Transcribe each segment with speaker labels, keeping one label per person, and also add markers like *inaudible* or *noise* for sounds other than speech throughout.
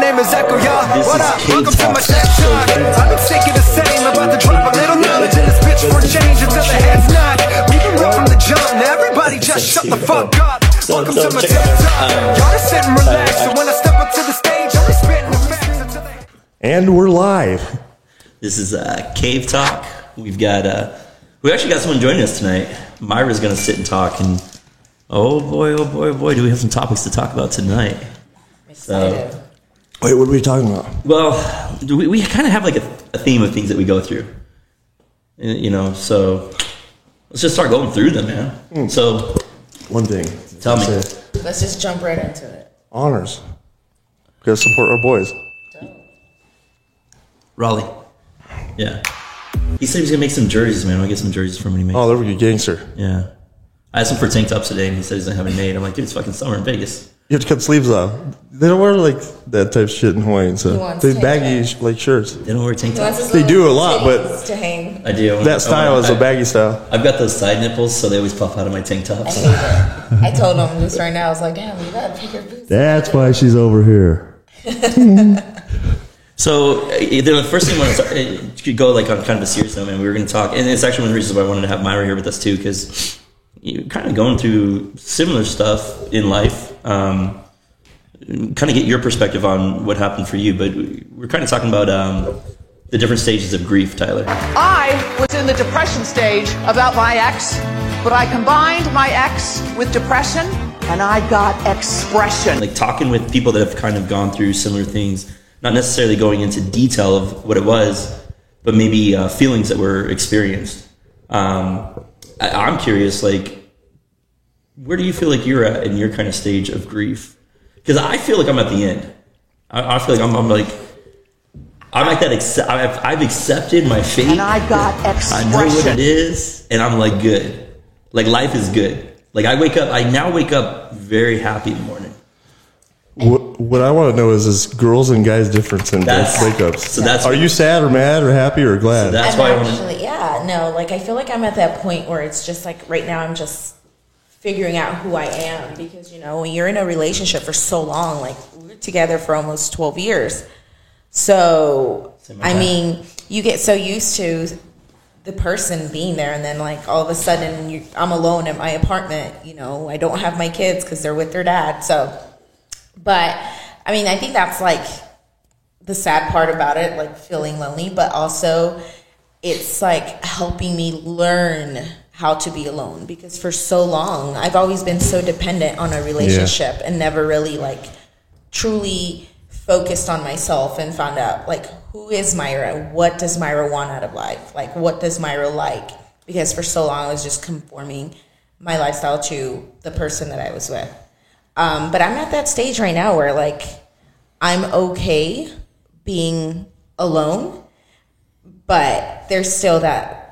Speaker 1: name is Echo, y'all.
Speaker 2: This
Speaker 1: What
Speaker 2: is
Speaker 1: up?
Speaker 2: King
Speaker 1: Welcome to my
Speaker 2: Talk.
Speaker 1: chat shot. I've been sick of the same. About to drop a little knowledge in this bitch for change until the head's knocked. We've been rough from the jump. Now everybody just shut the fuck up. Welcome to my TED Talk. Y'all just sit and
Speaker 2: Uh,
Speaker 1: relax. So when I step up to the stage, I'm spitting the facts until they.
Speaker 3: And we're live.
Speaker 2: This is uh, Cave Talk. We've got, uh, we actually got someone joining us tonight. Myra's going to sit and talk. And oh boy, oh boy, oh boy, do we have some topics to talk about tonight.
Speaker 4: Excited.
Speaker 3: Wait, what are we talking about?
Speaker 2: Well, do we, we kind of have like a, a theme of things that we go through. Uh, You know, so let's just start going through them, man. So
Speaker 3: One thing.
Speaker 2: Tell me.
Speaker 3: Hmm. That's it.
Speaker 4: Let's just jump right into it.
Speaker 3: Honors. Gotta support our boys.
Speaker 2: Raleigh. Yeah. He said he was gonna make some jerseys, man. I'll get some jerseys from him when he makes.
Speaker 3: Oh, there we go, gangster.
Speaker 2: Yeah. I asked him for tank tops today, and he said he doesn't have any made. I'm like, dude, it's fucking summer in Vegas.
Speaker 3: You have to cut sleeves off. They don't wear like that type of shit in Hawaii, so
Speaker 4: He wants
Speaker 3: they
Speaker 4: to-
Speaker 3: baggy sh- like shirts.
Speaker 2: They don't wear tank
Speaker 4: He wants
Speaker 2: tops.
Speaker 4: his
Speaker 3: They
Speaker 4: little
Speaker 3: do a lot, but-
Speaker 4: titties to hang.
Speaker 2: I do.
Speaker 4: Oh,
Speaker 3: That style is a baggy style.
Speaker 2: I've got those side nipples, so they always pop out of my tank tops.
Speaker 4: *laughs* I told him this right now. I was like, damn, you gotta pick your boots.
Speaker 5: That's why she's over here.
Speaker 2: So uh, the first thing I want to could go like on kind of a serious note, man. We were going to talk, and it's actually one of the reasons why I wanted to have Myra here with us too, because you're kind of going through similar stuff in life. Um, kind of get your perspective on what happened for you, but we're kind of talking about um, the different stages of grief, Tyler.
Speaker 6: I was in the depression stage about my ex, but I combined my ex with depression and I got expression.
Speaker 2: Like talking with people that have kind of gone through similar things, not necessarily going into detail of what it was, but maybe uh, feelings that were experienced. Um, I, I'm curious, like, where do you feel like you're at in your kind of stage of grief? Because I feel like I'm at the end. I, I feel like I'm, I'm like, I'm like that. Accept, I've, I've accepted my fate.
Speaker 6: And I got
Speaker 2: I know what it
Speaker 6: expression.
Speaker 2: is, and I'm like good. Like life is good. Like I wake up. I now wake up very happy in the morning.
Speaker 3: What, what I want to know is is girls and guys difference in
Speaker 2: That's-
Speaker 3: breakups.
Speaker 2: so that's-
Speaker 3: are you sad or mad or happy or glad?
Speaker 2: That's
Speaker 4: I'm
Speaker 2: why I want.
Speaker 4: actually, yeah, no, like I feel like I'm at that point where it's just like right now I'm just figuring out who I am because you know when you're in a relationship for so long, like we we're together for almost 12 years, so
Speaker 2: Same
Speaker 4: I
Speaker 2: time.
Speaker 4: mean you get so used to the person being there, and then like all of a sudden you, I'm alone at my apartment. You know I don't have my kids because they're with their dad, so but I mean I think that's like the sad part about it, like feeling lonely, but also it's like helping me learn how to be alone because for so long I've always been so dependent on a relationship and never really like truly focused on myself and found out like who is Myra? What does Myra want out of life? Like what does Myra like? Because for so long I was just conforming my lifestyle to the person that I was with. Um, but I'm at that stage right now where like I'm okay being alone, but there's still that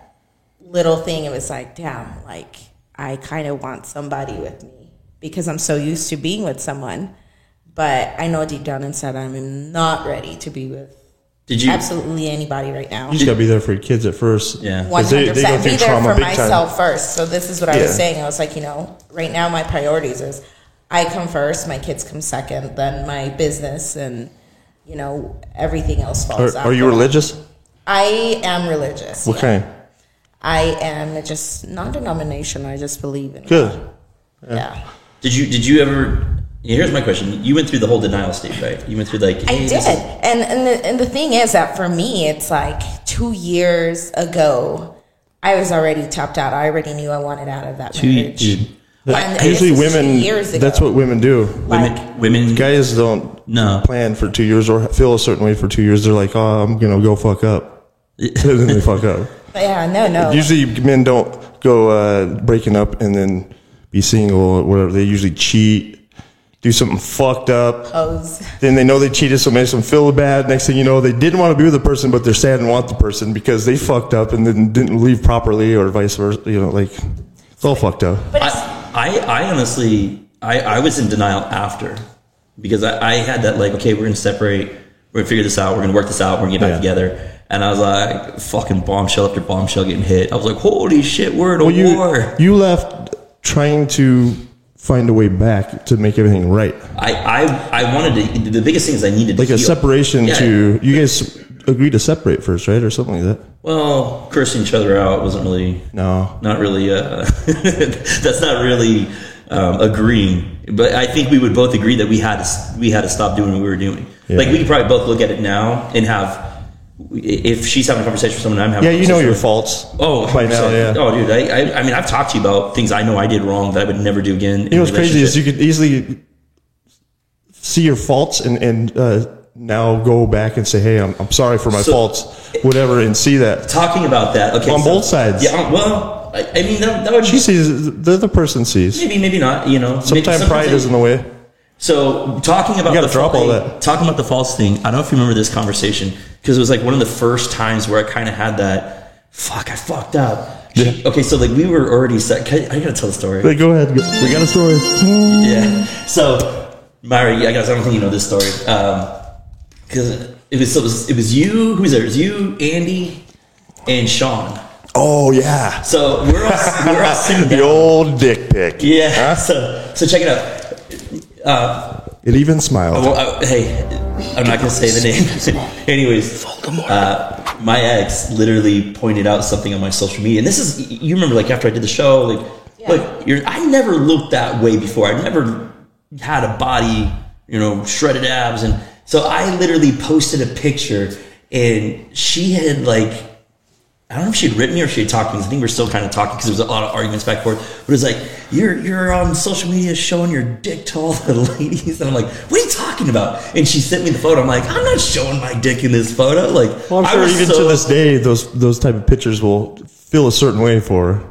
Speaker 4: little thing. It was like, damn, like I kind of want somebody with me because I'm so used to being with someone. But I know deep down inside I'm not ready to be with
Speaker 2: Did you?
Speaker 4: absolutely anybody right now.
Speaker 3: you just gotta be there for your kids at first.
Speaker 2: Yeah.
Speaker 4: 100%.
Speaker 3: 'Cause they- they go through
Speaker 4: be there
Speaker 3: trauma
Speaker 4: for
Speaker 3: big time.
Speaker 4: myself first. So this is what I was
Speaker 3: Yeah.
Speaker 4: saying. I was like, you know, right now my priorities is I come first, my kids come second, then my business and you know everything else falls.
Speaker 3: Are, are you
Speaker 4: after.
Speaker 3: religious?
Speaker 4: I am religious.
Speaker 3: What kind?
Speaker 4: I am just non-denomination. I just believe in
Speaker 3: Good.
Speaker 4: God. Yeah.
Speaker 2: Did you? Did you ever? yeah, Here's my question. You went through the whole denial stage, right? You went through like
Speaker 4: I
Speaker 2: hey,
Speaker 4: did.
Speaker 2: this is-
Speaker 4: And and the, and the thing is that for me, it's like two years ago, I was already tapped out. I already knew I wanted out of that
Speaker 2: Two-
Speaker 4: marriage.
Speaker 2: dude.
Speaker 4: And this
Speaker 3: Usually
Speaker 4: is two
Speaker 3: women.
Speaker 4: years ago.
Speaker 3: That's what women do.
Speaker 2: women. Women.
Speaker 3: Guys don't
Speaker 2: No.
Speaker 3: plan for two years or feel a certain way for two years. They're like, oh, I'm gonna go fuck up. then they fuck up.
Speaker 4: But Oh, yeah, no, no.
Speaker 3: Usually, men don't go uh, breaking up and then be single or whatever. They usually cheat, do something fucked up.
Speaker 4: Pose.
Speaker 3: Then they know they cheated, so it makes them feel bad. Next thing you know, they didn't want to be with the person, but they're sad and want the person because they fucked up and then didn't leave properly, or vice versa. You know, like it's all fucked up.
Speaker 2: I, I, I honestly, I, I was in denial after because I, I had that like, okay, we're gonna separate, we're gonna figure this out, we're gonna work this out, we're gonna get back
Speaker 3: Yeah.
Speaker 2: together. And I was like, fucking bombshell after bombshell getting hit. I was like, holy shit, we're in a
Speaker 3: Well, you
Speaker 2: war.
Speaker 3: you left trying to find a way back to make everything right.
Speaker 2: I, I, I wanted to. The biggest thing is I needed
Speaker 3: Like
Speaker 2: to
Speaker 3: a
Speaker 2: heal.
Speaker 3: separation
Speaker 2: Yeah.
Speaker 3: to you guys agreed to separate first, right, or something like that.
Speaker 2: Well, cursing each other out wasn't really
Speaker 3: No,
Speaker 2: not really uh, *laughs* that's not really um, agreeing but i think we would both agree that we had to, we had to stop doing what we were doing
Speaker 3: Yeah.
Speaker 2: like we could probably both look at it now and have if she's having a conversation with someone i'm having
Speaker 3: yeah,
Speaker 2: a
Speaker 3: you know
Speaker 2: conversation
Speaker 3: your
Speaker 2: with-
Speaker 3: faults.
Speaker 2: Oh,
Speaker 3: by now,
Speaker 2: 100%.
Speaker 3: yeah.
Speaker 2: Oh, dude, I, I, I mean, I've talked to you about things I know I did wrong that I would never do again.
Speaker 3: You know what's crazy is you could easily see your faults and and uh, now go back and say, "Hey, I'm, I'm sorry for my
Speaker 2: So-
Speaker 3: faults," whatever, and see that
Speaker 2: talking about that. Okay,
Speaker 3: On both sides.
Speaker 2: Yeah. um, Well, I, I mean, that, that would
Speaker 3: she sees the other person sees.
Speaker 2: maybe, maybe not. You know, Maybe-
Speaker 3: Sometimes pride is in the way.
Speaker 2: So talking about
Speaker 3: You gotta
Speaker 2: the
Speaker 3: drop
Speaker 2: fa-
Speaker 3: all that.
Speaker 2: talking about the false thing. I don't know if you remember this conversation because it was like one of the first times where I kind of had that. Fuck, I fucked up. She- Okay, so like we were already set. can I I gotta tell the story.
Speaker 3: But go ahead. go-
Speaker 5: We got a story.
Speaker 2: Yeah. So, Myra, yeah, I guess I don't think you know this story. Because it, was, it was it was you. Who was there? It was you, Andy, and Sean.
Speaker 3: Oh yeah,
Speaker 2: So we're all we're all
Speaker 3: *laughs*
Speaker 2: sitting
Speaker 3: the
Speaker 2: down.
Speaker 3: old dick pic.
Speaker 2: Yeah.
Speaker 3: Huh?
Speaker 2: So so check it out.
Speaker 3: It even smiled.
Speaker 2: Well, uh, hey, I'm not gonna say the name. *laughs* Anyways, Uh, my ex literally pointed out something on my social media, and this is you remember like after I did the show, like
Speaker 4: Yeah.
Speaker 2: look, you're, I never looked that way before. I never had a body, you know, shredded abs, and so I literally posted a picture, and she had like I don't know if she'd written me or if she'd talked to me. 'cause I think we're still kind of talking because there was a lot of arguments back and forth. But it's like you're you're on social media showing your dick to all the *laughs* ladies, and I'm like, what are you talking about? And she sent me the photo. I'm like, I'm not showing my dick in this photo. Like,
Speaker 3: Well, I'm
Speaker 2: I
Speaker 3: sure
Speaker 2: was
Speaker 3: even
Speaker 2: so-
Speaker 3: to this day, those those type of pictures will feel a certain way for, her.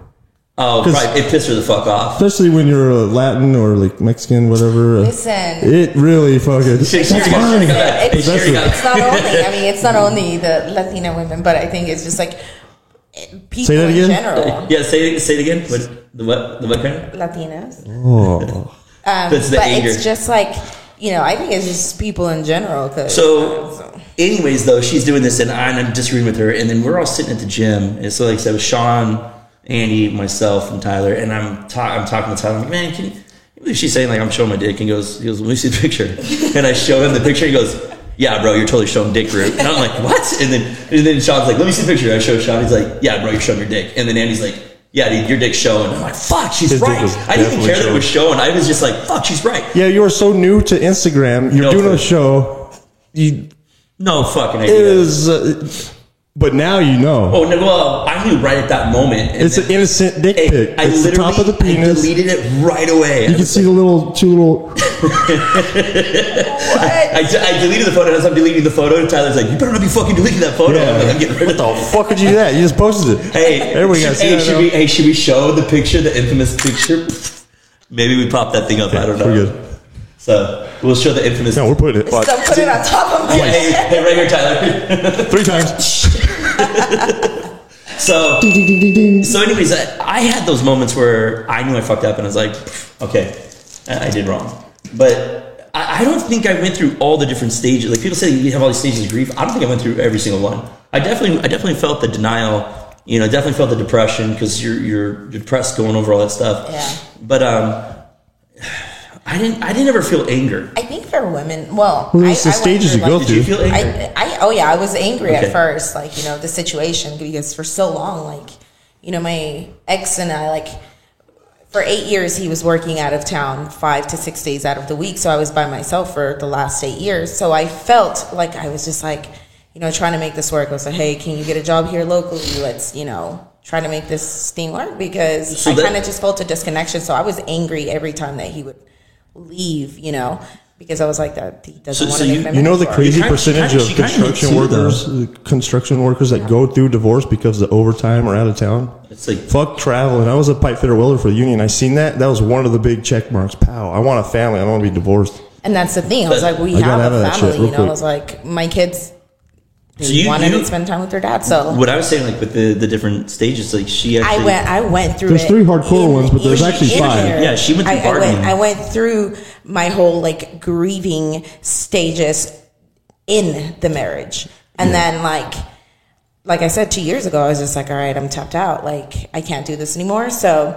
Speaker 2: oh,
Speaker 3: 'cause-
Speaker 2: right, it pissed her the fuck off. *laughs*
Speaker 3: especially when you're uh, Latin or like Mexican, whatever. uh,
Speaker 4: Listen.
Speaker 3: it really fucking.
Speaker 2: Shakespeare
Speaker 3: That's
Speaker 2: got-
Speaker 3: fine.
Speaker 2: got that.
Speaker 4: It's,
Speaker 2: Shakespeare got-
Speaker 4: it's not only. I mean, it's not only the Latina women, but I think it's just like people
Speaker 3: Say that
Speaker 4: in
Speaker 3: again?
Speaker 4: general.
Speaker 2: Yeah, say it, say it again. What the what the what kind? of-
Speaker 4: Latinas.
Speaker 3: Oh,
Speaker 2: That's the
Speaker 4: Um, but
Speaker 2: anger.
Speaker 4: it's just like you know. I think it's just people in general. 'cause-
Speaker 2: So, anyways, though, she's doing this, and I- and I'm disagreeing with her. And then we're all sitting at the gym. And so, like I said, with Sean, Andy, myself, and Tyler, and I'm, ta- I'm talking to Tyler. I'm like, man, can you, can you believe she's saying, like, I'm showing my dick? And he goes, he goes, let me see the picture. *laughs* And I show him the picture. He goes, yeah, bro, you're totally showing dick root. And I'm like, what? And then, and then Sean's like, let me see the picture. I show Sean. He's like, yeah, bro, you're showing your dick. And then Andy's like, yeah, dude, your dick's showing. I'm like, fuck, she's
Speaker 3: His dick
Speaker 2: right.
Speaker 3: was
Speaker 2: I didn't even
Speaker 3: definitely
Speaker 2: care that it was showing. I was just like, fuck, she's right.
Speaker 3: yeah, you are so new to Instagram. You're
Speaker 2: No
Speaker 3: doing
Speaker 2: clue.
Speaker 3: a show. You
Speaker 2: No fucking idea.
Speaker 3: is, uh, but now you know.
Speaker 2: Oh no! Well, I knew right at that moment. and
Speaker 3: it's an
Speaker 2: then-
Speaker 3: innocent dick
Speaker 2: Hey,
Speaker 3: pic.
Speaker 2: I
Speaker 3: it's the
Speaker 2: literally
Speaker 3: top of the
Speaker 2: I
Speaker 3: penis.
Speaker 2: deleted it right away.
Speaker 3: You
Speaker 2: I,
Speaker 3: can see the little two
Speaker 2: *laughs*
Speaker 3: little.
Speaker 2: I, I deleted the photo. And as I'm deleting the photo, Tyler's like, "You better not be fucking deleting that photo." I'm like, "I'm getting rid of
Speaker 3: what
Speaker 2: that."
Speaker 3: the fuck did you do that? You just posted it.
Speaker 2: Hey,
Speaker 3: *laughs* there we go.
Speaker 2: should-
Speaker 3: See
Speaker 2: Hey,
Speaker 3: that
Speaker 2: should
Speaker 3: now?
Speaker 2: we? Hey, should we show the picture, the infamous picture? Maybe we pop that thing up. I don't know.
Speaker 3: We're good.
Speaker 2: So we'll show the infamous.
Speaker 3: No, we're putting it
Speaker 4: so put it on top of my
Speaker 2: Yeah, *laughs* hey, hey, right here, Tyler.
Speaker 3: three
Speaker 4: *laughs*
Speaker 3: times.
Speaker 2: So, so anyways, I, I had those moments where I knew I fucked up and I was like, okay, I, I did wrong. But I, I don't think I went through all the different stages. Like people say you have all these stages of grief. I don't think I went through every single one. I definitely, I definitely felt the denial. You know, definitely felt the depression because you're you're you're depressed going over all that stuff.
Speaker 4: Yeah.
Speaker 2: But um, I didn't I didn't ever feel anger.
Speaker 4: I think for women, well,
Speaker 3: Well,
Speaker 4: I,
Speaker 3: it's the
Speaker 4: I went
Speaker 3: stages
Speaker 4: through,
Speaker 3: you go
Speaker 4: like-
Speaker 2: Did you
Speaker 3: Dude.
Speaker 2: feel anger?
Speaker 4: I, I, oh yeah, I was angry
Speaker 2: Okay.
Speaker 4: at first, like you know the situation because for so long, like you know my ex and I, like for eight years he was working out of town five to six days out of the week, so I was by myself for the last eight years. So I felt like I was just like you know trying to make this work. I was like, hey, can you get a job here locally? Let's you know try to make this thing work because
Speaker 2: So
Speaker 4: I
Speaker 2: that-
Speaker 4: kind of just felt a disconnection. So I was angry every time that he would leave, you know. Because I was like that, he doesn't
Speaker 2: So-
Speaker 4: want
Speaker 2: so
Speaker 4: to
Speaker 2: you-
Speaker 4: make them
Speaker 3: You know the crazy
Speaker 2: kinda-
Speaker 3: percentage
Speaker 2: kinda-
Speaker 3: of
Speaker 2: she kinda
Speaker 3: construction
Speaker 2: makes you,
Speaker 3: workers, construction workers that go through divorce because of overtime or out of town.
Speaker 2: It's like
Speaker 3: Fuck traveling. I was a pipe fitter welder for the union. I seen that. That was one of the big check marks. Pow. I want a family. I don't want to be divorced.
Speaker 4: And that's the thing. I was like, we
Speaker 3: I got
Speaker 4: have
Speaker 3: out of
Speaker 4: a
Speaker 3: that shit
Speaker 4: family,
Speaker 3: real
Speaker 4: you know. I
Speaker 3: quick.
Speaker 4: was like, my kids
Speaker 2: So you-
Speaker 4: wanted
Speaker 2: you-
Speaker 4: to spend time with their dad, so
Speaker 2: what I was saying, like with the the different stages. Like she actually
Speaker 4: I went. I went through.
Speaker 3: There's
Speaker 4: it
Speaker 3: three hardcore ones, but there's
Speaker 4: in-
Speaker 3: actually
Speaker 4: in
Speaker 3: five.
Speaker 4: there.
Speaker 2: Yeah, she went through
Speaker 4: I, I went.
Speaker 2: bargaining.
Speaker 4: I went through my whole like grieving stages in the marriage, and then like. Like I said two years ago, I was just like, all right, I'm tapped out. Like, I can't do this anymore. So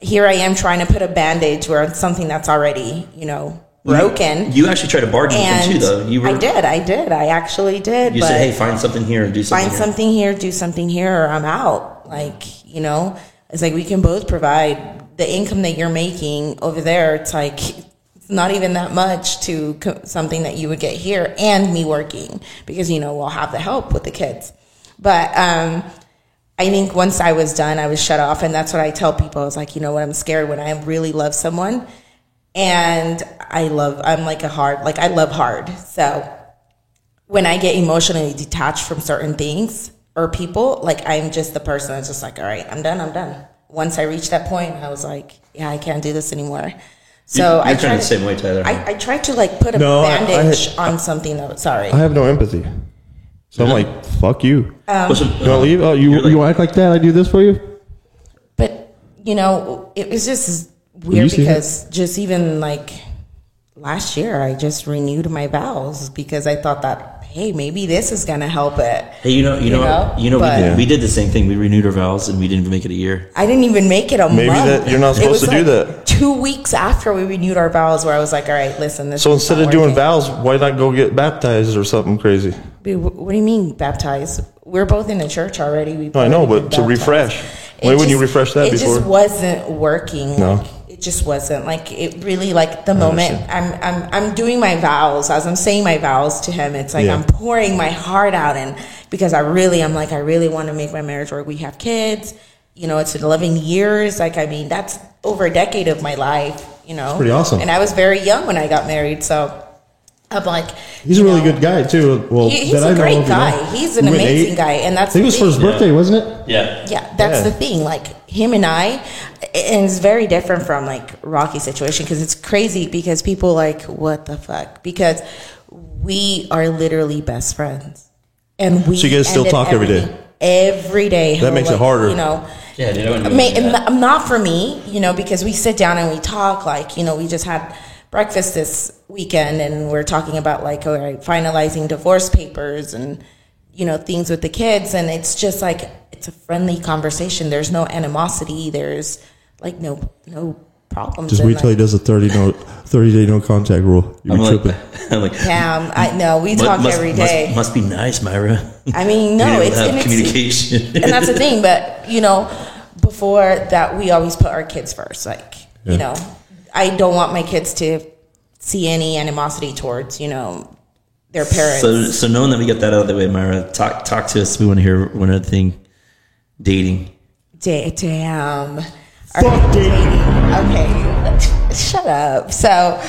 Speaker 4: here I am trying to put a bandage where it's something that's already, you know, broken.
Speaker 2: You actually tried to bargain with them
Speaker 4: and
Speaker 2: too, though. You were,
Speaker 4: I did, I did, I actually did.
Speaker 2: You
Speaker 4: but
Speaker 2: said, "Hey, find something here and do something."
Speaker 4: find
Speaker 2: here."
Speaker 4: something here, do something here, or I'm out. Like, you know, it's like we can both provide the income that you're making over there. It's like, it's not even that much to co- something that you would get here and me working because, you know, we'll have the help with the kids. But, um, I think once I was done, I was shut off. And that's what I tell people. I was like, you know what? I'm scared when I really love someone. And I love, I'm like a hard, like I love hard. So when I get emotionally detached from certain things or people, like I'm just the person that's just like, all right, I'm done, I'm done. Once I reached that point, I was like, yeah, I can't do this anymore. So
Speaker 2: You're
Speaker 4: I
Speaker 2: kinda
Speaker 4: tried
Speaker 2: the same way, Tyler, huh?
Speaker 4: I, I tried to like put a
Speaker 3: No, I- I-
Speaker 4: bandage on something. That, sorry,
Speaker 3: I have no empathy. So I'm like, fuck you.
Speaker 4: um,
Speaker 2: What's up-
Speaker 3: you want to leave? Oh, you,
Speaker 2: You're like-
Speaker 3: you want to act like that? I do this for you?
Speaker 4: but you know, it was just
Speaker 3: you
Speaker 4: weird
Speaker 3: see that?
Speaker 4: because just even like last year, I just renewed my vows because I thought that hey, maybe this is gonna help it.
Speaker 2: Hey, you know, you, know,
Speaker 4: know?
Speaker 2: you know,
Speaker 4: But-
Speaker 2: we, did, we did the same thing. We renewed our vows and we didn't even make it a year.
Speaker 4: I didn't even make it a
Speaker 3: Maybe
Speaker 4: month.
Speaker 3: that- you're not
Speaker 4: It was
Speaker 3: supposed to do
Speaker 4: like
Speaker 3: that.
Speaker 4: Two weeks after we renewed our vows, where I was like, "All right, listen, this."
Speaker 3: So
Speaker 4: is
Speaker 3: instead
Speaker 4: not
Speaker 3: of doing
Speaker 4: working."
Speaker 3: vows, why not go get baptized or something crazy?
Speaker 4: Wait, wh- what do you mean baptized? We're both in a church already. We've
Speaker 3: No, I know,
Speaker 4: already been
Speaker 3: but to
Speaker 4: baptized.
Speaker 3: refresh.
Speaker 4: It
Speaker 3: Why wouldn't you
Speaker 4: just-
Speaker 3: refresh that
Speaker 4: it
Speaker 3: before?
Speaker 4: just wasn't working.
Speaker 3: No.
Speaker 4: Like, it just wasn't like it really like the moment I'm I'm I'm doing my vows as I'm saying my vows to him. It's like
Speaker 3: Yeah.
Speaker 4: I'm pouring my heart out and because I really I'm like I really want to make my marriage work. We have kids. You know, it's 11 years. Like I mean, that's over a decade of my life. You know,
Speaker 3: pretty awesome.
Speaker 4: And I was very young when I got married, so I'm like
Speaker 5: He's a
Speaker 4: you
Speaker 5: really
Speaker 4: know,
Speaker 5: good guy too. Well,
Speaker 4: He- he's
Speaker 5: that I
Speaker 4: a
Speaker 5: know
Speaker 4: great
Speaker 5: of, you know.
Speaker 4: guy. He's an
Speaker 5: We went
Speaker 4: amazing
Speaker 5: eight.
Speaker 4: guy, and
Speaker 5: I
Speaker 4: that's
Speaker 5: think it was
Speaker 4: the
Speaker 5: for his
Speaker 4: thing.
Speaker 5: birthday, wasn't it?
Speaker 2: Yeah.
Speaker 4: Yeah, that's
Speaker 3: Yeah.
Speaker 4: the thing. Like him and I, and it's very different from like Rocky's situation because it's crazy because people like what the fuck because we are literally best friends and we.
Speaker 3: So you guys still
Speaker 4: ended
Speaker 3: talk every day?
Speaker 4: everything- Every day.
Speaker 3: That makes it
Speaker 4: like,
Speaker 3: harder.
Speaker 4: You know.
Speaker 2: Yeah, dude, I wouldn't
Speaker 4: I
Speaker 2: do
Speaker 4: mean,
Speaker 2: that.
Speaker 4: and not- not for me, you know, because we sit down and we talk. Like, you know, we just had breakfast this weekend, and we're talking about like all right, finalizing divorce papers and you know things with the kids, and it's just like it's a friendly conversation. There's no animosity. There's like no no problems.
Speaker 5: Just
Speaker 4: and,
Speaker 5: wait till he
Speaker 4: like,
Speaker 5: does a thirty no thirty day no contact rule. You're
Speaker 2: I'm like,
Speaker 5: tripping.
Speaker 2: *laughs* I'm like,
Speaker 4: Damn, Um, I know we
Speaker 2: mu-
Speaker 4: talk
Speaker 2: must,
Speaker 4: every
Speaker 2: must-
Speaker 4: day.
Speaker 2: Must, be nice, Myra.
Speaker 4: I mean,
Speaker 2: You
Speaker 4: *laughs* no,
Speaker 2: don't
Speaker 4: it's,
Speaker 2: have
Speaker 4: and it's
Speaker 2: communication.
Speaker 4: *laughs* and that's the thing. But you know, before that, we always put our kids first. Like
Speaker 5: Yeah.
Speaker 4: you know, I don't want my kids to see any animosity towards you know their parents.
Speaker 2: So, so knowing that we got that out of the way, Myra, talk talk to us. We want to hear one other thing. Dating.
Speaker 4: Da- damn. Fuck dating. Okay, *laughs* shut up. So,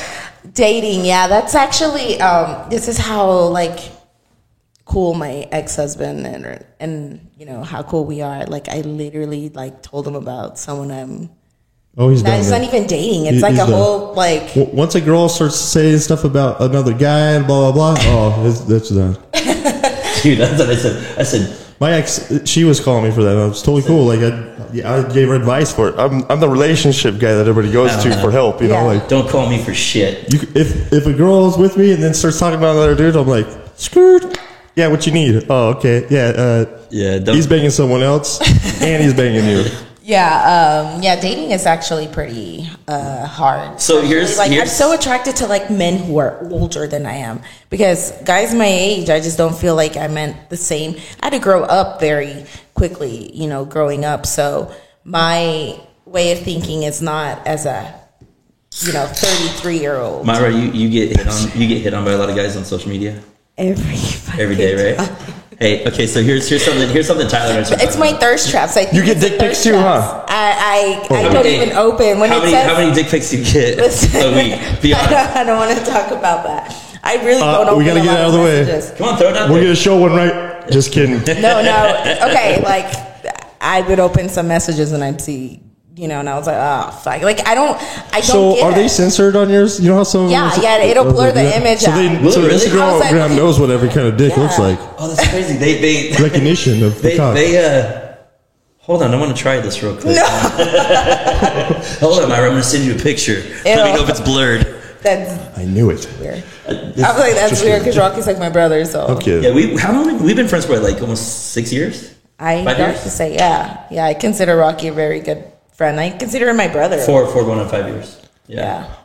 Speaker 4: dating. Yeah, that's actually. Um, this is how like cool my ex husband and and you know how cool we are. Like I literally like told him about someone I'm.
Speaker 5: Oh, he's
Speaker 4: No,
Speaker 5: done.
Speaker 4: it's
Speaker 5: that.
Speaker 4: not even dating.
Speaker 5: He-
Speaker 4: It's like
Speaker 5: he's
Speaker 4: a
Speaker 5: done.
Speaker 4: whole like.
Speaker 5: W- Once a girl starts saying stuff about another guy and blah blah blah, oh, it's, that's done.
Speaker 2: *laughs* Dude, that's what I said. I said,
Speaker 5: My ex, she was calling me for that. I was totally cool. Like I, yeah, I gave her advice for it.
Speaker 3: I'm, I'm the relationship guy that everybody goes to for help, you
Speaker 4: Yeah.
Speaker 3: know, like
Speaker 2: don't call me for shit.
Speaker 5: You, if if a girl's with me and then starts talking about another dude, I'm like screwed.
Speaker 3: Yeah, what you need?
Speaker 5: Oh, okay, yeah. Uh,
Speaker 2: Yeah, don't.
Speaker 5: he's banging someone else, and he's banging you.
Speaker 4: Yeah, um, yeah. Dating is actually pretty uh, hard.
Speaker 2: So here's-
Speaker 4: like I'm
Speaker 2: here's-
Speaker 4: so attracted to like men who are older than I am because guys my age, I just don't feel like I meant the same. I had to grow up very quickly, you know, growing up. So my way of thinking is not as a you know 33 year old
Speaker 2: Myra, you, you get hit on you get hit on by a lot of guys on social media
Speaker 4: every fucking
Speaker 2: every day,
Speaker 4: time.
Speaker 2: right? hey, okay, so here's here's something here's something Tyler mentioned.
Speaker 4: It's my thirst traps. I think
Speaker 3: You get
Speaker 4: it's the
Speaker 3: dick pics
Speaker 4: thirst
Speaker 3: too,
Speaker 4: traps.
Speaker 3: huh?
Speaker 4: I I, I
Speaker 2: How
Speaker 4: don't
Speaker 2: many-
Speaker 4: even open when
Speaker 2: how
Speaker 4: it
Speaker 2: many
Speaker 4: says.
Speaker 2: how many dick pics you get
Speaker 4: *laughs* Listen,
Speaker 2: a week? Be
Speaker 4: I
Speaker 2: honest.
Speaker 4: don't, I don't want to talk about that. I really
Speaker 5: Uh,
Speaker 4: don't. Open
Speaker 5: we gotta
Speaker 4: a
Speaker 5: get
Speaker 4: lot
Speaker 5: it out of the way.
Speaker 4: messages.
Speaker 2: Come on, throw it out
Speaker 5: We're
Speaker 2: there.
Speaker 5: gonna show one right. Just
Speaker 4: *laughs*
Speaker 5: kidding.
Speaker 4: No,
Speaker 5: *laughs*
Speaker 4: no. Okay, like I would open some messages and I'd see, you know, and I was like, oh fuck. Like I don't, I don't.
Speaker 5: So
Speaker 4: get
Speaker 5: are
Speaker 4: it.
Speaker 5: they
Speaker 4: *laughs*
Speaker 5: censored on yours? You know how some of
Speaker 4: Yeah,
Speaker 5: them are-
Speaker 4: yeah, it'll blur the
Speaker 5: Yeah.
Speaker 4: image
Speaker 5: So, they,
Speaker 4: out.
Speaker 2: Will
Speaker 5: so
Speaker 2: it really?
Speaker 4: I was
Speaker 5: Instagram
Speaker 4: like-
Speaker 5: Instagram knows what every kind of dick
Speaker 4: Yeah.
Speaker 5: looks like.
Speaker 2: Oh, that's crazy. They
Speaker 5: *laughs*
Speaker 2: they
Speaker 5: Recognition of the
Speaker 2: they,
Speaker 5: cock.
Speaker 2: they uh hold on, I want to try this real quick. hold on, Myra, I'm gonna send you a picture. Let me know if it's blurred.
Speaker 4: That's
Speaker 5: I knew it.
Speaker 4: weird. I was like, that's
Speaker 5: just
Speaker 4: weird
Speaker 5: weird.
Speaker 4: because Rocky's like my brother, so
Speaker 5: Okay.
Speaker 2: Uh, Yeah, we how long have we- we've been friends for like almost six years?
Speaker 4: I
Speaker 2: Five
Speaker 4: have
Speaker 2: years?
Speaker 4: to say, yeah, yeah. I consider Rocky a very good friend. I consider him my brother.
Speaker 2: Four, four going on five years. Yeah.
Speaker 4: Yeah.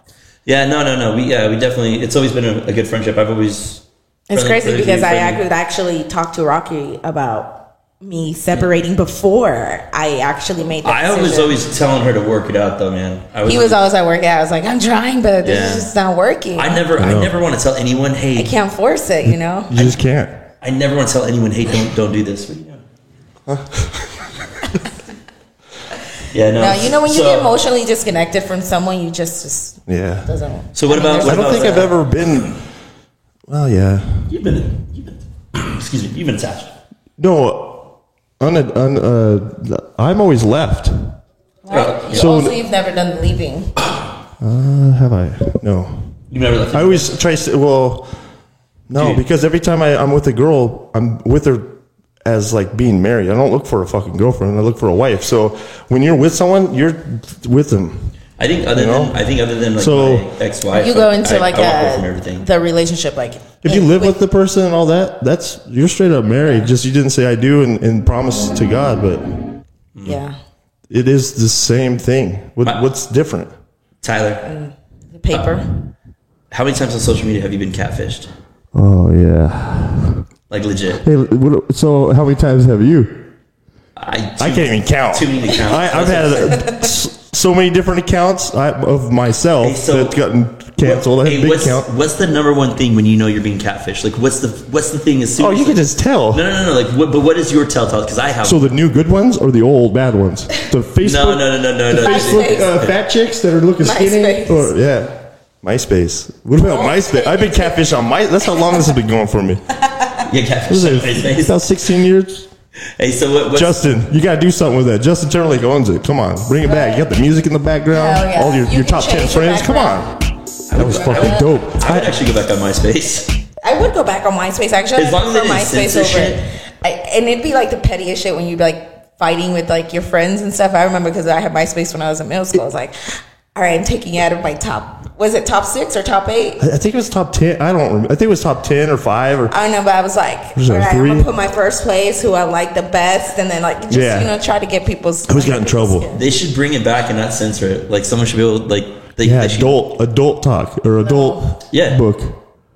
Speaker 2: Yeah, no, no, no. We, yeah, we definitely, it's always been a, a good friendship. I've always.
Speaker 4: It's
Speaker 2: friendly-
Speaker 4: crazy
Speaker 2: friendly,
Speaker 4: because I
Speaker 2: friendly.
Speaker 4: ac- actually talked to Rocky about me separating before I actually made that
Speaker 2: I was
Speaker 4: decision.
Speaker 2: always telling her to work it out, though, man. I
Speaker 4: he was always at work. Yeah, I was like, I'm trying, but this
Speaker 2: Yeah.
Speaker 4: is just not working.
Speaker 2: I never, I never want to tell anyone, hey,
Speaker 4: I can't force it,
Speaker 2: *laughs*
Speaker 4: you know.
Speaker 3: You just can't.
Speaker 2: I never want to tell anyone, hey, don't don't do this. What are you doing? *laughs* yeah, no.
Speaker 4: No, you know when you
Speaker 2: so,
Speaker 4: get emotionally disconnected from someone, you just just
Speaker 3: Yeah.
Speaker 4: doesn't.
Speaker 2: So what about-
Speaker 4: there's
Speaker 2: what
Speaker 3: I don't
Speaker 2: about-
Speaker 4: nothing-
Speaker 3: think I've ever been. Well, yeah.
Speaker 2: You've been, you've been, *clears throat* excuse me, you've been attached.
Speaker 3: No, un, un, uh, I'm always left.
Speaker 4: Right. You
Speaker 3: So-
Speaker 4: also, you've never done the leaving.
Speaker 3: Uh, have I? No.
Speaker 2: You've never left.
Speaker 3: I always try to. Well, no,
Speaker 2: Dude.
Speaker 3: because every time I, I'm with a girl, I'm with her as like being married. I don't look for a fucking girlfriend. I look for a wife. So when you're with someone, you're with them.
Speaker 2: I think other
Speaker 3: you know?
Speaker 2: than I think other than like
Speaker 3: So-
Speaker 2: my ex-wife,
Speaker 4: You go into
Speaker 2: I,
Speaker 4: like
Speaker 2: I walk away
Speaker 4: a-
Speaker 2: from everything.
Speaker 4: the relationship, like
Speaker 3: If you live with the person and all that, that's you're straight up married. Just you didn't say I do and, and promise to God, but
Speaker 4: yeah,
Speaker 3: it is the same thing. What,
Speaker 2: My-
Speaker 3: what's different?
Speaker 2: Tyler,
Speaker 4: the paper.
Speaker 2: how many times on social media have you been catfished?
Speaker 5: Oh yeah.
Speaker 2: Like legit.
Speaker 5: Hey, what, so how many times have you?
Speaker 2: I,
Speaker 3: I
Speaker 2: too-
Speaker 3: can't even count.
Speaker 2: Too many accounts.
Speaker 3: I, I've had uh, s- so many different accounts I, of myself
Speaker 2: Hey, so-
Speaker 3: that's gotten canceled. I had
Speaker 2: Hey,
Speaker 3: a big
Speaker 2: what's,
Speaker 3: account.
Speaker 2: what's the number one thing when you know you're being catfished? Like, what's the what's the thing? As soon
Speaker 3: Oh,
Speaker 2: as
Speaker 3: you can just tell.
Speaker 2: No, no, no, no. Like, what, but what is your telltale? Because I have
Speaker 3: So the new good ones or the old bad ones? The Facebook,
Speaker 2: no, no, no, no, no,
Speaker 3: the
Speaker 2: no.
Speaker 3: Facebook uh, fat chicks that are looking skinny,
Speaker 4: MySpace. Oh.
Speaker 3: or yeah, MySpace. What about MySpace? I've been catfish on my. That's how long this has been going
Speaker 2: *laughs*
Speaker 3: for me.
Speaker 2: Yeah,
Speaker 3: This
Speaker 2: catfish.
Speaker 3: is
Speaker 2: Hey,
Speaker 3: about sixteen years.
Speaker 2: so what, what's,
Speaker 3: Justin, you gotta do something with that. Justin Timberlake owns it. Come on, bring it back. You got the music in the background.
Speaker 4: Hell yeah.
Speaker 3: Uh, All your,
Speaker 4: You
Speaker 3: your
Speaker 4: can
Speaker 3: top ten
Speaker 4: change your
Speaker 3: friends. Come on,
Speaker 4: background.
Speaker 3: that was fucking dope.
Speaker 2: I would actually go back on MySpace.
Speaker 4: I would go back on MySpace. Actually,
Speaker 2: As
Speaker 4: I'd
Speaker 2: long as they
Speaker 4: prefer
Speaker 2: didn't
Speaker 4: MySpace
Speaker 2: censor
Speaker 4: over
Speaker 2: shit.
Speaker 4: it. I, and it'd be like the pettiest shit when you'd be like fighting with like your friends and stuff. I remember because I had MySpace when I was in middle school. I was like, all right, I'm taking you out of my top. Was it top six or top eight?
Speaker 3: I I think it was top ten. I don't. remember. I think it was top ten or five or.
Speaker 4: I don't know, but I was like,
Speaker 3: Was it
Speaker 4: all right, I'm
Speaker 3: three?
Speaker 4: gonna put my first place, who I like the best, and then like just
Speaker 3: Yeah.
Speaker 4: you know try to get people's.
Speaker 3: Who's got in trouble?
Speaker 4: Yeah.
Speaker 2: They should bring it back and not censor it. Like someone should be able, like they,
Speaker 3: Yeah,
Speaker 2: they should,
Speaker 3: adult adult talk or adult
Speaker 2: Yeah.
Speaker 3: book.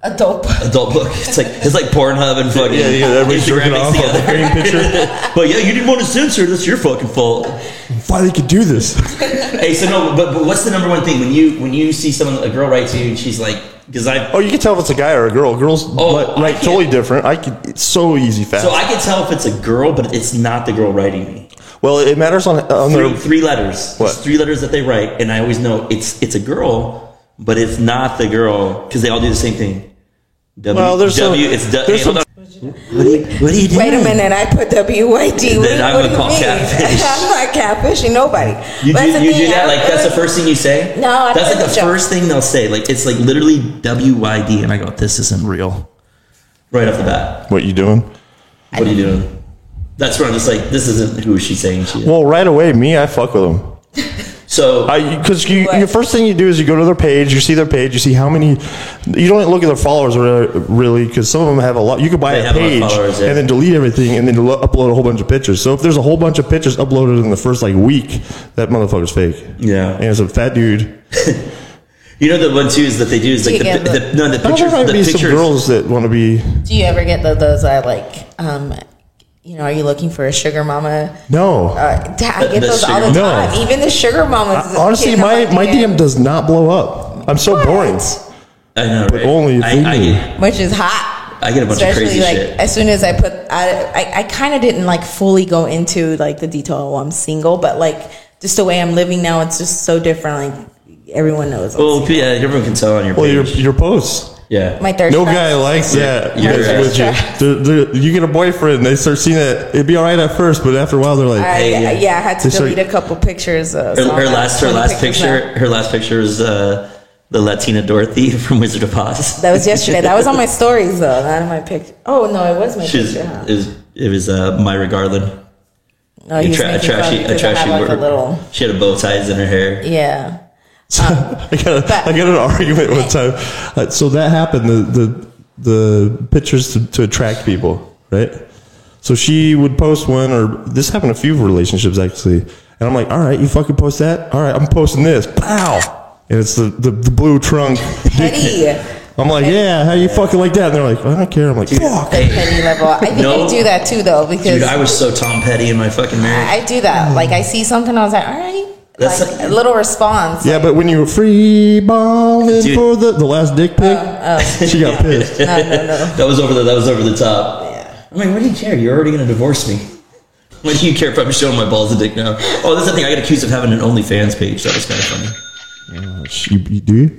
Speaker 4: Adult.
Speaker 2: adult book. It's like it's like Pornhub and fucking
Speaker 3: Yeah, yeah, everybody's jerking
Speaker 2: Instagram
Speaker 3: off
Speaker 2: mixed
Speaker 3: on the
Speaker 2: together.
Speaker 3: green picture.
Speaker 2: But yeah, you didn't want to censor. That's your fucking fault.
Speaker 3: *laughs* Why they could do this?
Speaker 2: Hey, so no, but, but what's the number one thing when you when you see someone a girl writes you and she's like, because I
Speaker 3: Oh, you can tell if it's a guy or a girl. Girls
Speaker 2: Oh,
Speaker 3: like
Speaker 2: I
Speaker 3: write
Speaker 2: can't-
Speaker 3: totally different. I could. It's so easy fast.
Speaker 2: so I can tell if it's a girl, but it's not the girl writing me.
Speaker 3: well, it matters on on
Speaker 2: Three,
Speaker 3: their.
Speaker 2: three letters. There's
Speaker 3: What?
Speaker 2: three letters that they write, and I always know it's it's a girl, but it's not the girl because they all do the same thing. W,
Speaker 3: Well, there's
Speaker 2: W.
Speaker 3: some-
Speaker 2: it's du-
Speaker 3: there's
Speaker 2: hey, hold on. What are you, what are you doing?
Speaker 4: *laughs* Wait a minute, I put WYD. What,
Speaker 2: Then I'm
Speaker 4: what
Speaker 2: gonna
Speaker 4: do you
Speaker 2: call
Speaker 4: mean?
Speaker 2: catfish.
Speaker 4: *laughs* I'm not catfishing nobody.
Speaker 2: You do,
Speaker 4: But that's the
Speaker 2: you
Speaker 4: thing,
Speaker 2: do that
Speaker 4: I
Speaker 2: like that's the
Speaker 4: really-
Speaker 2: first thing you say.
Speaker 4: No, I
Speaker 2: that's like
Speaker 4: don't
Speaker 2: the
Speaker 4: think so.
Speaker 2: first thing they'll say. Like it's like literally WYD, and I go, this isn't real. Right off the bat,
Speaker 3: What you doing?
Speaker 2: what are you doing? That's where I'm just like, this isn't who she's saying she is.
Speaker 3: Well, right away, me, I fuck with them.
Speaker 2: so
Speaker 3: I because you,
Speaker 4: What?
Speaker 3: your first thing you do is you go to their page, you see their page, you see how many. You don't look at their followers re- really because some of them have a lot. You could buy
Speaker 2: They
Speaker 3: a
Speaker 2: have a lot of
Speaker 3: page
Speaker 2: followers, yeah.
Speaker 3: and then delete everything and then lo- upload a whole bunch of pictures. So if there's a whole bunch of pictures uploaded in the first like week, that motherfucker's fake.
Speaker 2: Yeah.
Speaker 3: and it's a fat dude.
Speaker 2: you know the one too is that they do is like
Speaker 4: you
Speaker 2: the,
Speaker 4: get
Speaker 2: the,
Speaker 4: the-
Speaker 2: no the
Speaker 3: I don't know,
Speaker 2: pictures
Speaker 3: there might
Speaker 2: the
Speaker 3: be some
Speaker 2: pictures
Speaker 3: girls that want to be.
Speaker 4: Do you ever get tho- those? I like. Um, you know, are you looking for a sugar mama?
Speaker 3: No,
Speaker 4: Uh, da- I
Speaker 2: The-
Speaker 4: get
Speaker 2: the
Speaker 4: those all the
Speaker 2: sugar-
Speaker 3: No.
Speaker 4: time. Even the sugar mamas.
Speaker 3: I- honestly,
Speaker 4: hitting up
Speaker 3: my my DM
Speaker 4: DMs,
Speaker 3: does not blow up. I'm so boring.
Speaker 2: I know right?
Speaker 3: only if
Speaker 2: I,
Speaker 3: you
Speaker 2: I,
Speaker 3: knew.
Speaker 2: get,
Speaker 4: which is hot.
Speaker 2: I get a bunch of
Speaker 4: Especially
Speaker 2: crazy
Speaker 4: like
Speaker 2: shit.
Speaker 4: as soon as I put, I I, I kind of didn't like fully go into like the detail. Well, I'm single, but like just the way I'm living now, it's just so different. Like everyone knows. I'm
Speaker 2: Well,
Speaker 4: single.
Speaker 2: yeah, everyone can tell on your
Speaker 3: Well,
Speaker 2: page.
Speaker 3: your your posts.
Speaker 2: yeah,
Speaker 4: my thirst.
Speaker 3: No
Speaker 4: traps.
Speaker 3: guy likes that.
Speaker 2: Yeah.
Speaker 3: That's
Speaker 2: Yeah.
Speaker 3: with you. They're- they're- you get a boyfriend, they start seeing that. It'd be all right at first, but after a while, they're like,
Speaker 4: I,
Speaker 2: Hey,
Speaker 4: yeah, I had to
Speaker 3: Just so-
Speaker 4: delete a couple pictures. Uh,
Speaker 2: her,
Speaker 4: so
Speaker 2: her
Speaker 4: I'm
Speaker 2: last
Speaker 4: at
Speaker 2: her
Speaker 4: 20
Speaker 2: last
Speaker 4: pictures now.
Speaker 2: picture her last picture is uh, the Latina Dorothy *laughs* from Wizard of Oz.
Speaker 4: That was yesterday. that was on my stories though, not on my picture. Oh no, it was my
Speaker 2: *laughs* She's
Speaker 4: picture.
Speaker 2: it
Speaker 4: Huh?
Speaker 2: was it was uh, Myra Garland.
Speaker 4: No, he was
Speaker 2: Tra- a
Speaker 4: Oh, making fun
Speaker 2: trashy, a
Speaker 4: because I
Speaker 2: trashy
Speaker 4: had, like,
Speaker 2: word.
Speaker 4: a little.
Speaker 2: She had a bow ties in her hair. *laughs*
Speaker 4: Yeah.
Speaker 3: *laughs* I got, a,
Speaker 4: But-
Speaker 3: I got an argument one time. Uh, so that happened. The the the pictures to, to attract people, right? So she would post one, or this happened a few relationships actually, And I'm like, all right, you fucking post that? All right, I'm posting this. Pow! And it's the, the, the blue trunk.
Speaker 4: Petty.
Speaker 3: I'm like, yeah, how you fucking like that? And they're like, I don't care. I'm like, fuck.
Speaker 2: Hey,
Speaker 4: Petty level. I think
Speaker 2: No.
Speaker 4: I do that too, though, because
Speaker 2: dude, I was so Tom Petty in my fucking marriage.
Speaker 4: I do that. Like I see something, I was like, all right.
Speaker 2: That's
Speaker 4: like,
Speaker 2: like-
Speaker 4: a little response.
Speaker 3: Yeah, but when you were free balling
Speaker 2: Dude.
Speaker 3: for the, the last dick pic, *laughs* she got pissed.
Speaker 4: No, no, no.
Speaker 2: *laughs* That was over the that was over the top.
Speaker 4: Yeah.
Speaker 2: I'm like, what do you care? You're already gonna *laughs* divorce me. What do you care if I'm showing my balls a dick now? Oh, that's the thing. I got accused of having an OnlyFans page. That was kind of funny.
Speaker 3: She, Oh, you do?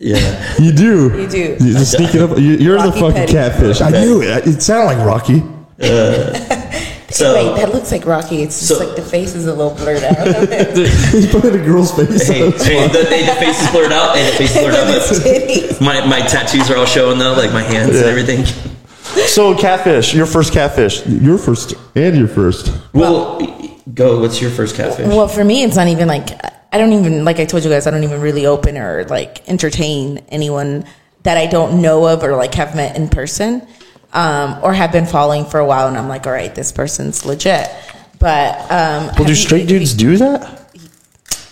Speaker 2: Yeah. *laughs*
Speaker 3: You do.
Speaker 4: You do.
Speaker 3: You just sneak it up. You- You're the
Speaker 4: Rocky
Speaker 3: fucking
Speaker 4: Petty.
Speaker 3: catfish. I knew it. It sounded like Rocky. *laughs*
Speaker 2: So
Speaker 4: Wait, that looks like Rocky. It's just
Speaker 2: So-
Speaker 4: like the face is a little
Speaker 2: *laughs*
Speaker 4: blurred out. *laughs*
Speaker 3: He's putting a girl's face
Speaker 2: hey,
Speaker 3: on it.
Speaker 2: hey, the, hey, the face is blurred out. Hey, the face is *laughs* blurred out. but
Speaker 4: Titties.
Speaker 2: My my tattoos are all showing though, like my hands and
Speaker 3: Yeah.
Speaker 2: everything.
Speaker 3: So, catfish, your first catfish.
Speaker 5: Your first and your first.
Speaker 2: Well, go. What's your first catfish?
Speaker 4: well, for me, it's not even like I don't even like I told you guys. I don't even really open or like entertain anyone that I don't know of or like have met in person, um, or have been following for a while. And I'm like, all right, this person's legit. But um, have
Speaker 3: Well, do
Speaker 4: you-
Speaker 3: straight dudes do that?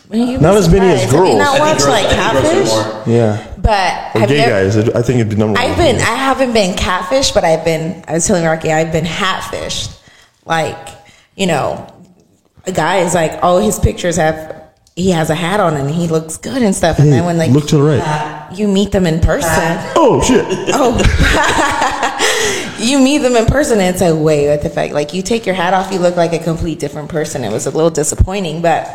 Speaker 4: You'd be
Speaker 3: not as many as
Speaker 4: surprised. Have you
Speaker 3: girls.
Speaker 4: not
Speaker 3: I
Speaker 4: watched
Speaker 2: girls-
Speaker 4: like
Speaker 2: I think girls are
Speaker 4: catfish,
Speaker 2: more-
Speaker 3: Yeah.
Speaker 4: but
Speaker 3: Or
Speaker 4: have
Speaker 3: gay
Speaker 4: you ever-
Speaker 3: guys. I think it'd be number one.
Speaker 4: I've been. I haven't been catfish, but I've been. I was telling Rocky, I've been hatfished. Like you know, a guy is like, oh, his pictures have. He has a hat on and he looks good and stuff. And
Speaker 5: Hey,
Speaker 4: then when like
Speaker 5: look to the right.
Speaker 4: you meet them in person,
Speaker 3: Oh, shit.
Speaker 4: you meet them in person and it's like, wait, what the fuck? Like you take your hat off, you look like a complete different person. It was a little disappointing, but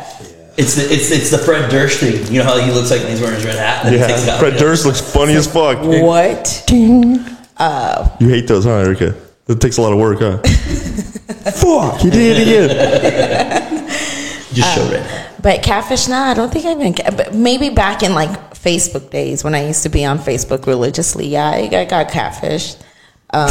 Speaker 2: It's the it's it's the Fred Durst thing. You know how he looks like when he's wearing his red hat. And he takes it
Speaker 3: *laughs* Yeah.
Speaker 2: off?
Speaker 3: Fred Durst looks funny as fuck.
Speaker 4: what?
Speaker 3: You hate those, huh, Erica? It takes a lot of work,
Speaker 4: *laughs*
Speaker 3: huh? fuck. He did it again.
Speaker 2: Just show red. hat.
Speaker 4: But catfish, nah, I don't think I've been. ca- But maybe back in like Facebook days when I used to be on Facebook religiously, yeah, I, I got catfished.
Speaker 3: *laughs*
Speaker 4: Um,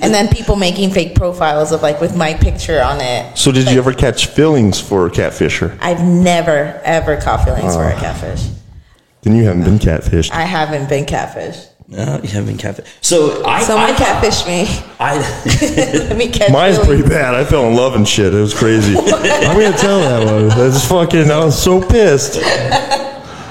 Speaker 4: and then people making fake profiles of like with my picture on it.
Speaker 3: So, did you ever catch feelings for a catfisher?
Speaker 4: I've never ever caught feelings for a catfish.
Speaker 3: Then you haven't been catfished.
Speaker 4: I haven't been catfished.
Speaker 2: No, you haven't been catfish. So I
Speaker 4: Someone
Speaker 2: I,
Speaker 4: catfished me. *laughs*
Speaker 2: I
Speaker 4: Let me catch
Speaker 3: Mine's
Speaker 4: feelings.
Speaker 3: pretty bad. I fell in love and shit. It was crazy.
Speaker 5: I'm gonna tell that one.
Speaker 3: That's fucking. I was so pissed.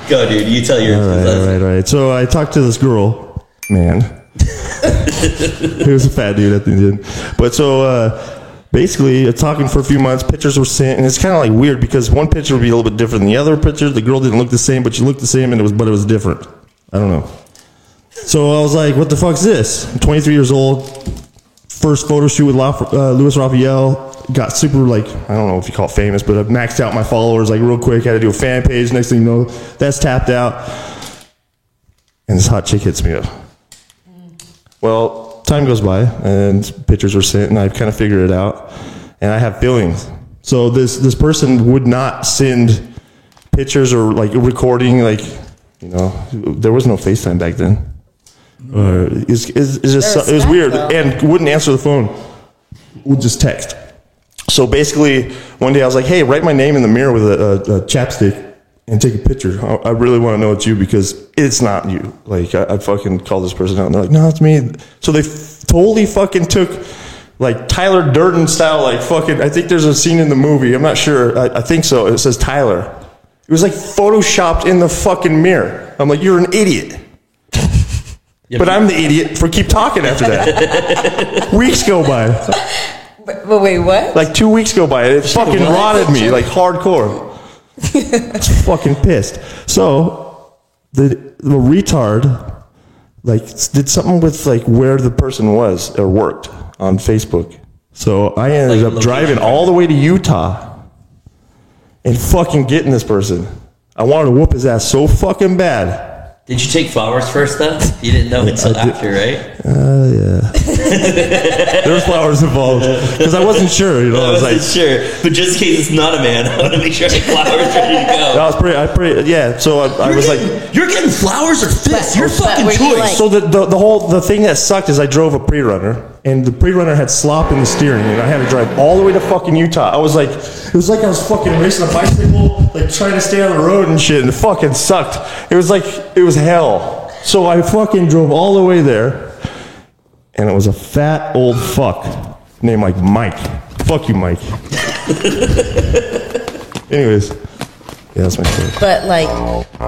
Speaker 2: go, dude. You tell yours.
Speaker 5: All right, all right, all right. So I talked to this girl.
Speaker 3: *laughs* Man,
Speaker 5: He was a fat dude at the end.
Speaker 3: But so uh, basically, uh, talking for a few months, pictures were sent, and it's kind of like weird because one picture would be a little bit different than the other picture. The girl didn't look the same, but she looked the same, and it was but it was different. I don't know.
Speaker 5: So I was like, "What the fuck's this?" I'm 23 years old. First photo shoot with Laf- uh, Louis Raphael. Got super like
Speaker 3: I don't know if you call it famous, but I maxed out my followers like real quick. Had to do a fan page. Next thing you know, that's tapped out, and this hot chick hits me up. Well, time goes by, and pictures were sent, and I kind of figured it out, and I have feelings. So this this person would not send pictures or like recording, like you know, there was no FaceTime back then. Or is is is
Speaker 4: There was
Speaker 3: just it was
Speaker 4: Skype,
Speaker 3: weird,
Speaker 4: though.
Speaker 3: and wouldn't answer the phone. Would just text. So basically, one day I was like, "Hey, write my name in the mirror with a, a, a chapstick and take a picture. I, I really want to know it's you because it's not you." Like I, I fucking called this person out, and they're like, "No, it's me." So they f- totally fucking took like Tyler Durden style, like fucking. I think there's a scene in the movie. I'm not sure. I, I think so. It says Tyler. It was like photoshopped in the fucking mirror. I'm like, "You're an idiot." But I'm the idiot for keep talking after that. Weeks go by
Speaker 4: But, but wait, what?
Speaker 3: like two weeks go by. It fucking
Speaker 2: what?
Speaker 3: rotted me like hardcore.
Speaker 2: *laughs*
Speaker 3: It's fucking pissed. So the the retard like s- did something with like where the person was or worked on Facebook. So I ended
Speaker 2: Like
Speaker 3: up
Speaker 2: location.
Speaker 3: driving all the way to Utah and fucking getting this person. I wanted to whoop his ass so fucking bad.
Speaker 2: Did you take flowers first though? You didn't know until after, right?
Speaker 3: *laughs* There's flowers involved because I wasn't sure. You know,
Speaker 2: *laughs*
Speaker 3: I was like,
Speaker 2: sure, but just in case it's not a man, *laughs* I want to make sure I have flowers ready to
Speaker 3: *laughs*
Speaker 2: go.
Speaker 3: I was pretty, I pretty, yeah. So I, I was like,
Speaker 2: you're getting flowers or fists. Your
Speaker 4: but were you, like-
Speaker 3: So the, the the whole the thing that sucked is I drove a pre-runner and the pre-runner had slop in the steering and I had to drive all the way to fucking Utah. I was like it was like I was fucking racing a bicycle, like trying to stay on the road and shit and it fucking sucked. It was like it was hell. So I fucking drove all the way there and it was a fat old fuck named like Mike. Fuck you, Mike. *laughs* Anyways, yeah, that's my story.
Speaker 4: But like,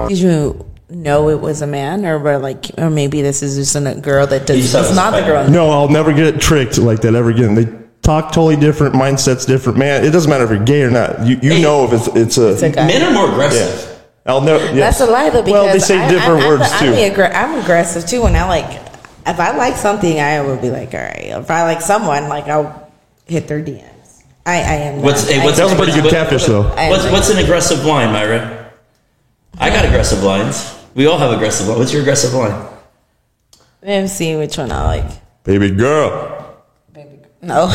Speaker 4: did you know it was a man, or were like, or maybe this is just a girl that does?
Speaker 2: You
Speaker 4: It's
Speaker 2: just have a
Speaker 4: not the
Speaker 2: spider.
Speaker 4: girl.
Speaker 3: No, I'll never get tricked like that ever again. They talk totally different, mindsets different. Man, it doesn't matter if you're gay or not. You you know if it's it's a.
Speaker 4: a guy.
Speaker 2: Men are more aggressive.
Speaker 3: yeah. I'll never.
Speaker 4: That's a lie though. Because
Speaker 3: well, they say
Speaker 4: I-
Speaker 3: different
Speaker 4: I, I,
Speaker 3: words
Speaker 4: I'm,
Speaker 3: too.
Speaker 4: I'm, aggra- I'm aggressive too, and I like if I like something, I will be like, all right. If I like someone, like I'll hit their DMs. I, I am.
Speaker 2: What's
Speaker 4: not.
Speaker 2: hey, what's
Speaker 3: That was a pretty
Speaker 2: what's-
Speaker 3: good catfish, though.
Speaker 4: I
Speaker 2: What's,
Speaker 4: agree.
Speaker 2: what's an aggressive line, Myra? I got aggressive lines. We all have aggressive lines. What's your aggressive *laughs* line?
Speaker 4: Let me see which one I like.
Speaker 3: Baby girl.
Speaker 4: No,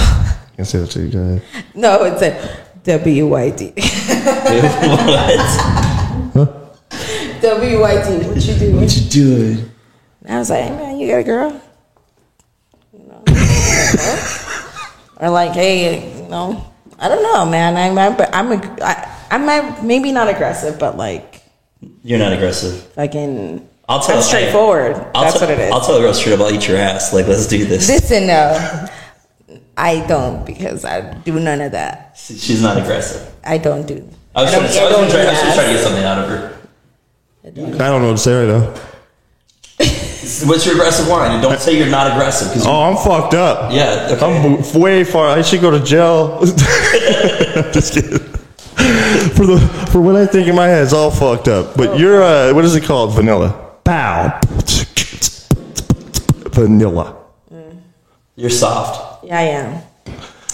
Speaker 4: *laughs*
Speaker 3: Can't say that to you guys.
Speaker 4: no, it's a W Y D.
Speaker 2: what?
Speaker 4: W Y D. What you doing?
Speaker 2: you doing?
Speaker 4: I was like, hey, man, you got a girl? You know, *laughs* or like, hey, you know, I don't know, man. I'm, I'm, I'm, ag- I, I'm not- maybe not aggressive, but like,
Speaker 2: You're not aggressive.
Speaker 4: fucking,
Speaker 2: I'll tell.
Speaker 4: I'm straightforward.
Speaker 2: I'll
Speaker 4: That's
Speaker 2: tell-
Speaker 4: what it is.
Speaker 2: I'll tell a girl straight up. I'll eat your ass. Like, let's do this.
Speaker 4: Listen, no, I don't because I do none of that.
Speaker 2: She's not aggressive.
Speaker 4: I don't do.
Speaker 2: I was,
Speaker 4: I
Speaker 2: trying,
Speaker 4: don't,
Speaker 2: to, I was,
Speaker 4: don't
Speaker 2: trying, I was just
Speaker 4: do that.
Speaker 2: trying to get something out of her.
Speaker 3: I don't know what to say right now.
Speaker 2: What's your aggressive line? And don't say you're not aggressive. 'cause you-
Speaker 3: Oh, I'm fucked up.
Speaker 2: yeah. Okay.
Speaker 3: I'm w- way far. I should go to jail. *laughs* Just kidding. For the for what I think in my head is all fucked up.
Speaker 4: Oh.
Speaker 3: But you're uh, what is it called? Vanilla. Pow. Vanilla.
Speaker 2: you're soft.
Speaker 4: Yeah, I am.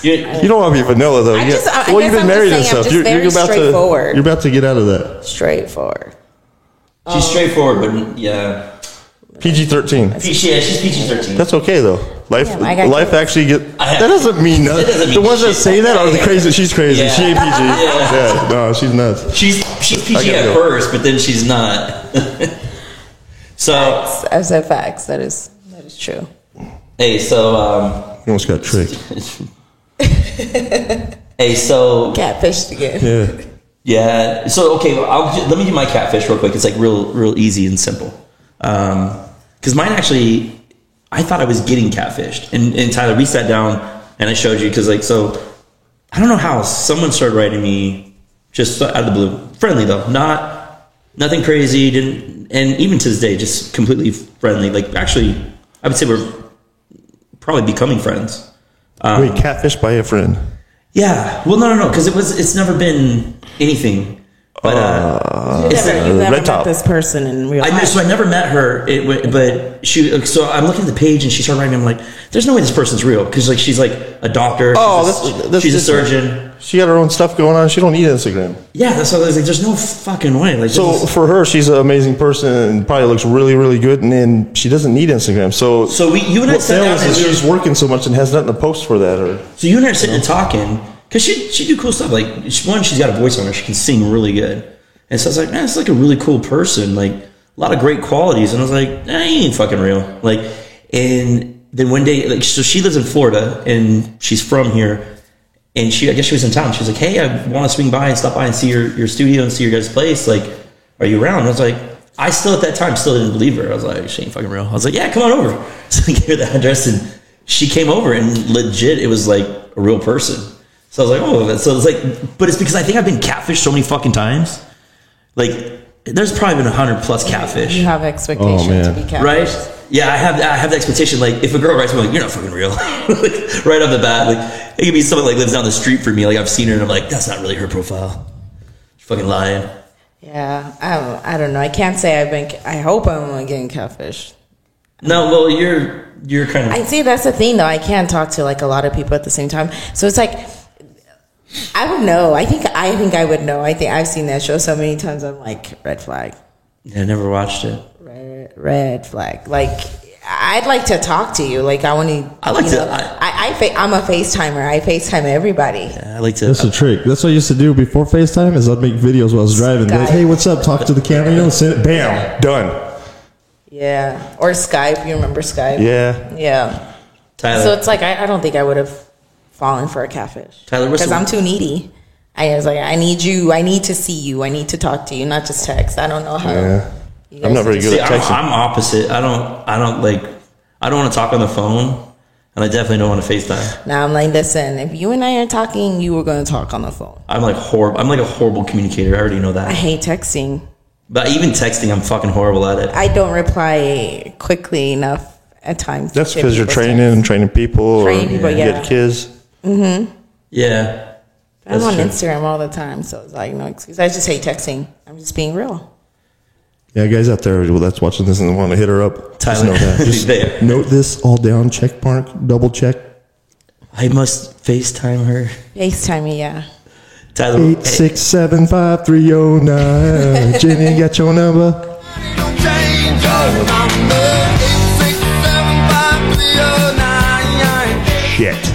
Speaker 2: You-
Speaker 3: You don't want to be vanilla though.
Speaker 4: I
Speaker 3: You
Speaker 4: just-
Speaker 3: got-
Speaker 4: I- I
Speaker 3: well, you've been
Speaker 4: guess I'm just
Speaker 3: married and
Speaker 4: saying I'm
Speaker 3: stuff.
Speaker 4: just
Speaker 3: You're,
Speaker 4: very
Speaker 3: you're about to
Speaker 4: straightforward.
Speaker 3: you're about to get out of that.
Speaker 4: Straightforward.
Speaker 2: she's straightforward, but yeah.
Speaker 3: PG thirteen.
Speaker 2: P- Yeah, she's PG thirteen.
Speaker 3: That's okay though. Life,
Speaker 4: Yeah, I got
Speaker 3: life
Speaker 4: kids.
Speaker 3: actually get.
Speaker 2: I have-
Speaker 3: That doesn't mean nothing.
Speaker 2: It doesn't mean
Speaker 3: the ones that
Speaker 2: shit.
Speaker 3: say that are the crazy. She's crazy.
Speaker 2: Yeah.
Speaker 3: She ain't
Speaker 2: *laughs*
Speaker 3: PG.
Speaker 2: Yeah.
Speaker 3: Yeah. no, she's nuts.
Speaker 2: She's she's PG
Speaker 3: gotta
Speaker 2: at
Speaker 3: go.
Speaker 2: first, but then she's not. *laughs* so
Speaker 4: I said facts. That is that is true.
Speaker 2: hey, so um,
Speaker 3: You almost got tricked.
Speaker 2: *laughs* hey, so
Speaker 4: Catfished again.
Speaker 3: Yeah.
Speaker 2: Yeah. So okay, I'll ju- let me do my catfish real quick. It's like real, real easy and simple. Because mine actually, I thought I was getting catfished, and, and Tyler, we sat down and I showed you because like so, I don't know how someone started writing me just out of the blue, friendly though, not nothing crazy, didn't, and even to this day, just completely friendly. Like actually, I would say we're probably becoming friends. Uh-huh.
Speaker 3: Wait, catfished by a friend.
Speaker 2: Yeah. Well, no, no, no, because it was. It's never been anything. But uh, it's
Speaker 4: Never,
Speaker 2: like,
Speaker 4: you never
Speaker 3: red top.
Speaker 4: met this person in real
Speaker 2: I
Speaker 4: life.
Speaker 2: knew, so I never met her. It wa- but she. So I'm looking at the page and she started writing. me, I'm like, there's no way this person's real because like she's like a doctor.
Speaker 3: Oh,
Speaker 2: she's a,
Speaker 3: that's- that's
Speaker 2: she's a
Speaker 3: different.
Speaker 2: surgeon.
Speaker 3: She got her own stuff going on. She don't need Instagram.
Speaker 2: Yeah. That's what I was like. There's no fucking way. Like
Speaker 3: So
Speaker 2: this is-
Speaker 3: for her, she's an amazing person and probably looks really, really good. And, and she doesn't need Instagram. So
Speaker 2: So we- you and I
Speaker 3: what
Speaker 2: sat down
Speaker 3: fails
Speaker 2: and
Speaker 3: is
Speaker 2: we were-
Speaker 3: she's working so much and has nothing to post for that. Or
Speaker 2: So you and I are sitting and talking because she she do cool stuff. Like she, one, she's got a voice on her. She can sing really good. And so I was like, man, it's like a really cool person. Like a lot of great qualities. And I was like, eh, he ain't fucking real. Like, and then one day, like, so she lives in Florida and she's from here. And she, I guess she was in town. She was like, hey, I want to swing by and stop by and see your your studio and see your guys' place. Like, are you around? And I was like, I still at that time still didn't believe her. I was like, she ain't fucking real. I was like, yeah, come on over. *laughs* So I gave her the address and she came over and legit, it was like a real person. So I was like, oh, so it's like, but it's because I think I've been catfished so many fucking times. Like, there's probably been a hundred plus
Speaker 4: you
Speaker 2: catfish,
Speaker 4: have expectations
Speaker 3: Oh, man.
Speaker 4: to be catfished.
Speaker 2: right? Yeah, I have I have the expectation. Like, if a girl writes me, like, you're not fucking real, *laughs* like, right off the bat, like, it could be someone like lives down the street from me. Like, I've seen her and I'm like, that's not really her profile. She's fucking lying.
Speaker 4: Yeah, I don't, I don't know. I can't say I've been. ca- I hope I'm getting catfished.
Speaker 2: No, well, you're you're kind of
Speaker 4: I see that's the thing though. I can't talk to like a lot of people at the same time, so it's like I would know. I think I think I would know. I think I've seen that show so many times. I'm like red flag,
Speaker 2: Yeah, I never watched it.
Speaker 4: red, red flag. Like I'd like to talk to you. Like I want to.
Speaker 2: I like
Speaker 4: you
Speaker 2: to-
Speaker 4: know, I, I, fa- I'm a FaceTimer. I FaceTime everybody.
Speaker 2: I like to.
Speaker 5: That's a trick. That's what I used to do before FaceTime is I'd make videos while I was driving. Be Like,
Speaker 4: Skype.
Speaker 5: hey, what's up? Talk to the camera. You know, send it. Bam.
Speaker 3: bam, done.
Speaker 4: Yeah, or Skype. You remember Skype?
Speaker 3: Yeah.
Speaker 4: Yeah.
Speaker 2: Tyler,
Speaker 4: So it's like I, I don't think I would have fallen for a catfish.
Speaker 2: Tyler, what's
Speaker 4: because
Speaker 2: the-
Speaker 4: I'm too needy. I was like, I need you. I need to see you. I need to talk to you, not just text. I don't know how.
Speaker 3: Yeah.
Speaker 4: you guys
Speaker 3: I'm not very
Speaker 4: do
Speaker 3: good
Speaker 2: See,
Speaker 3: at
Speaker 2: I'm,
Speaker 3: texting.
Speaker 2: I'm opposite. I don't. I don't like. I don't want to talk on the phone. and I definitely don't want to FaceTime.
Speaker 4: Now I'm like, listen, if you and I are talking, you were going to talk on the phone.
Speaker 2: I'm like horrible. I'm like a horrible communicator. I already know
Speaker 4: I
Speaker 2: that.
Speaker 4: hate texting.
Speaker 2: But even texting, I'm fucking horrible at it.
Speaker 4: I don't reply quickly enough at times.
Speaker 3: That's
Speaker 4: to
Speaker 3: because you're
Speaker 4: people's
Speaker 3: training
Speaker 4: texts.
Speaker 3: and training people
Speaker 4: Training
Speaker 3: or
Speaker 4: people,
Speaker 3: you
Speaker 4: yeah.
Speaker 3: get kids.
Speaker 2: Yeah.
Speaker 4: I'm
Speaker 2: That's
Speaker 4: on
Speaker 2: true.
Speaker 4: Instagram all the time, so it's like no excuse. I just hate texting. I'm just being real.
Speaker 3: Yeah, guys out there that's watching this and want to hit her up.
Speaker 2: Tyler,
Speaker 3: Just *laughs* know that.
Speaker 2: he's there.
Speaker 3: Note this all down, check mark, double check.
Speaker 2: I must FaceTime her.
Speaker 4: FaceTime me, yeah.
Speaker 2: Tyler,
Speaker 3: Eight
Speaker 2: hey,
Speaker 3: six seven five three zero nine. *laughs* Jenny got your number. Shit.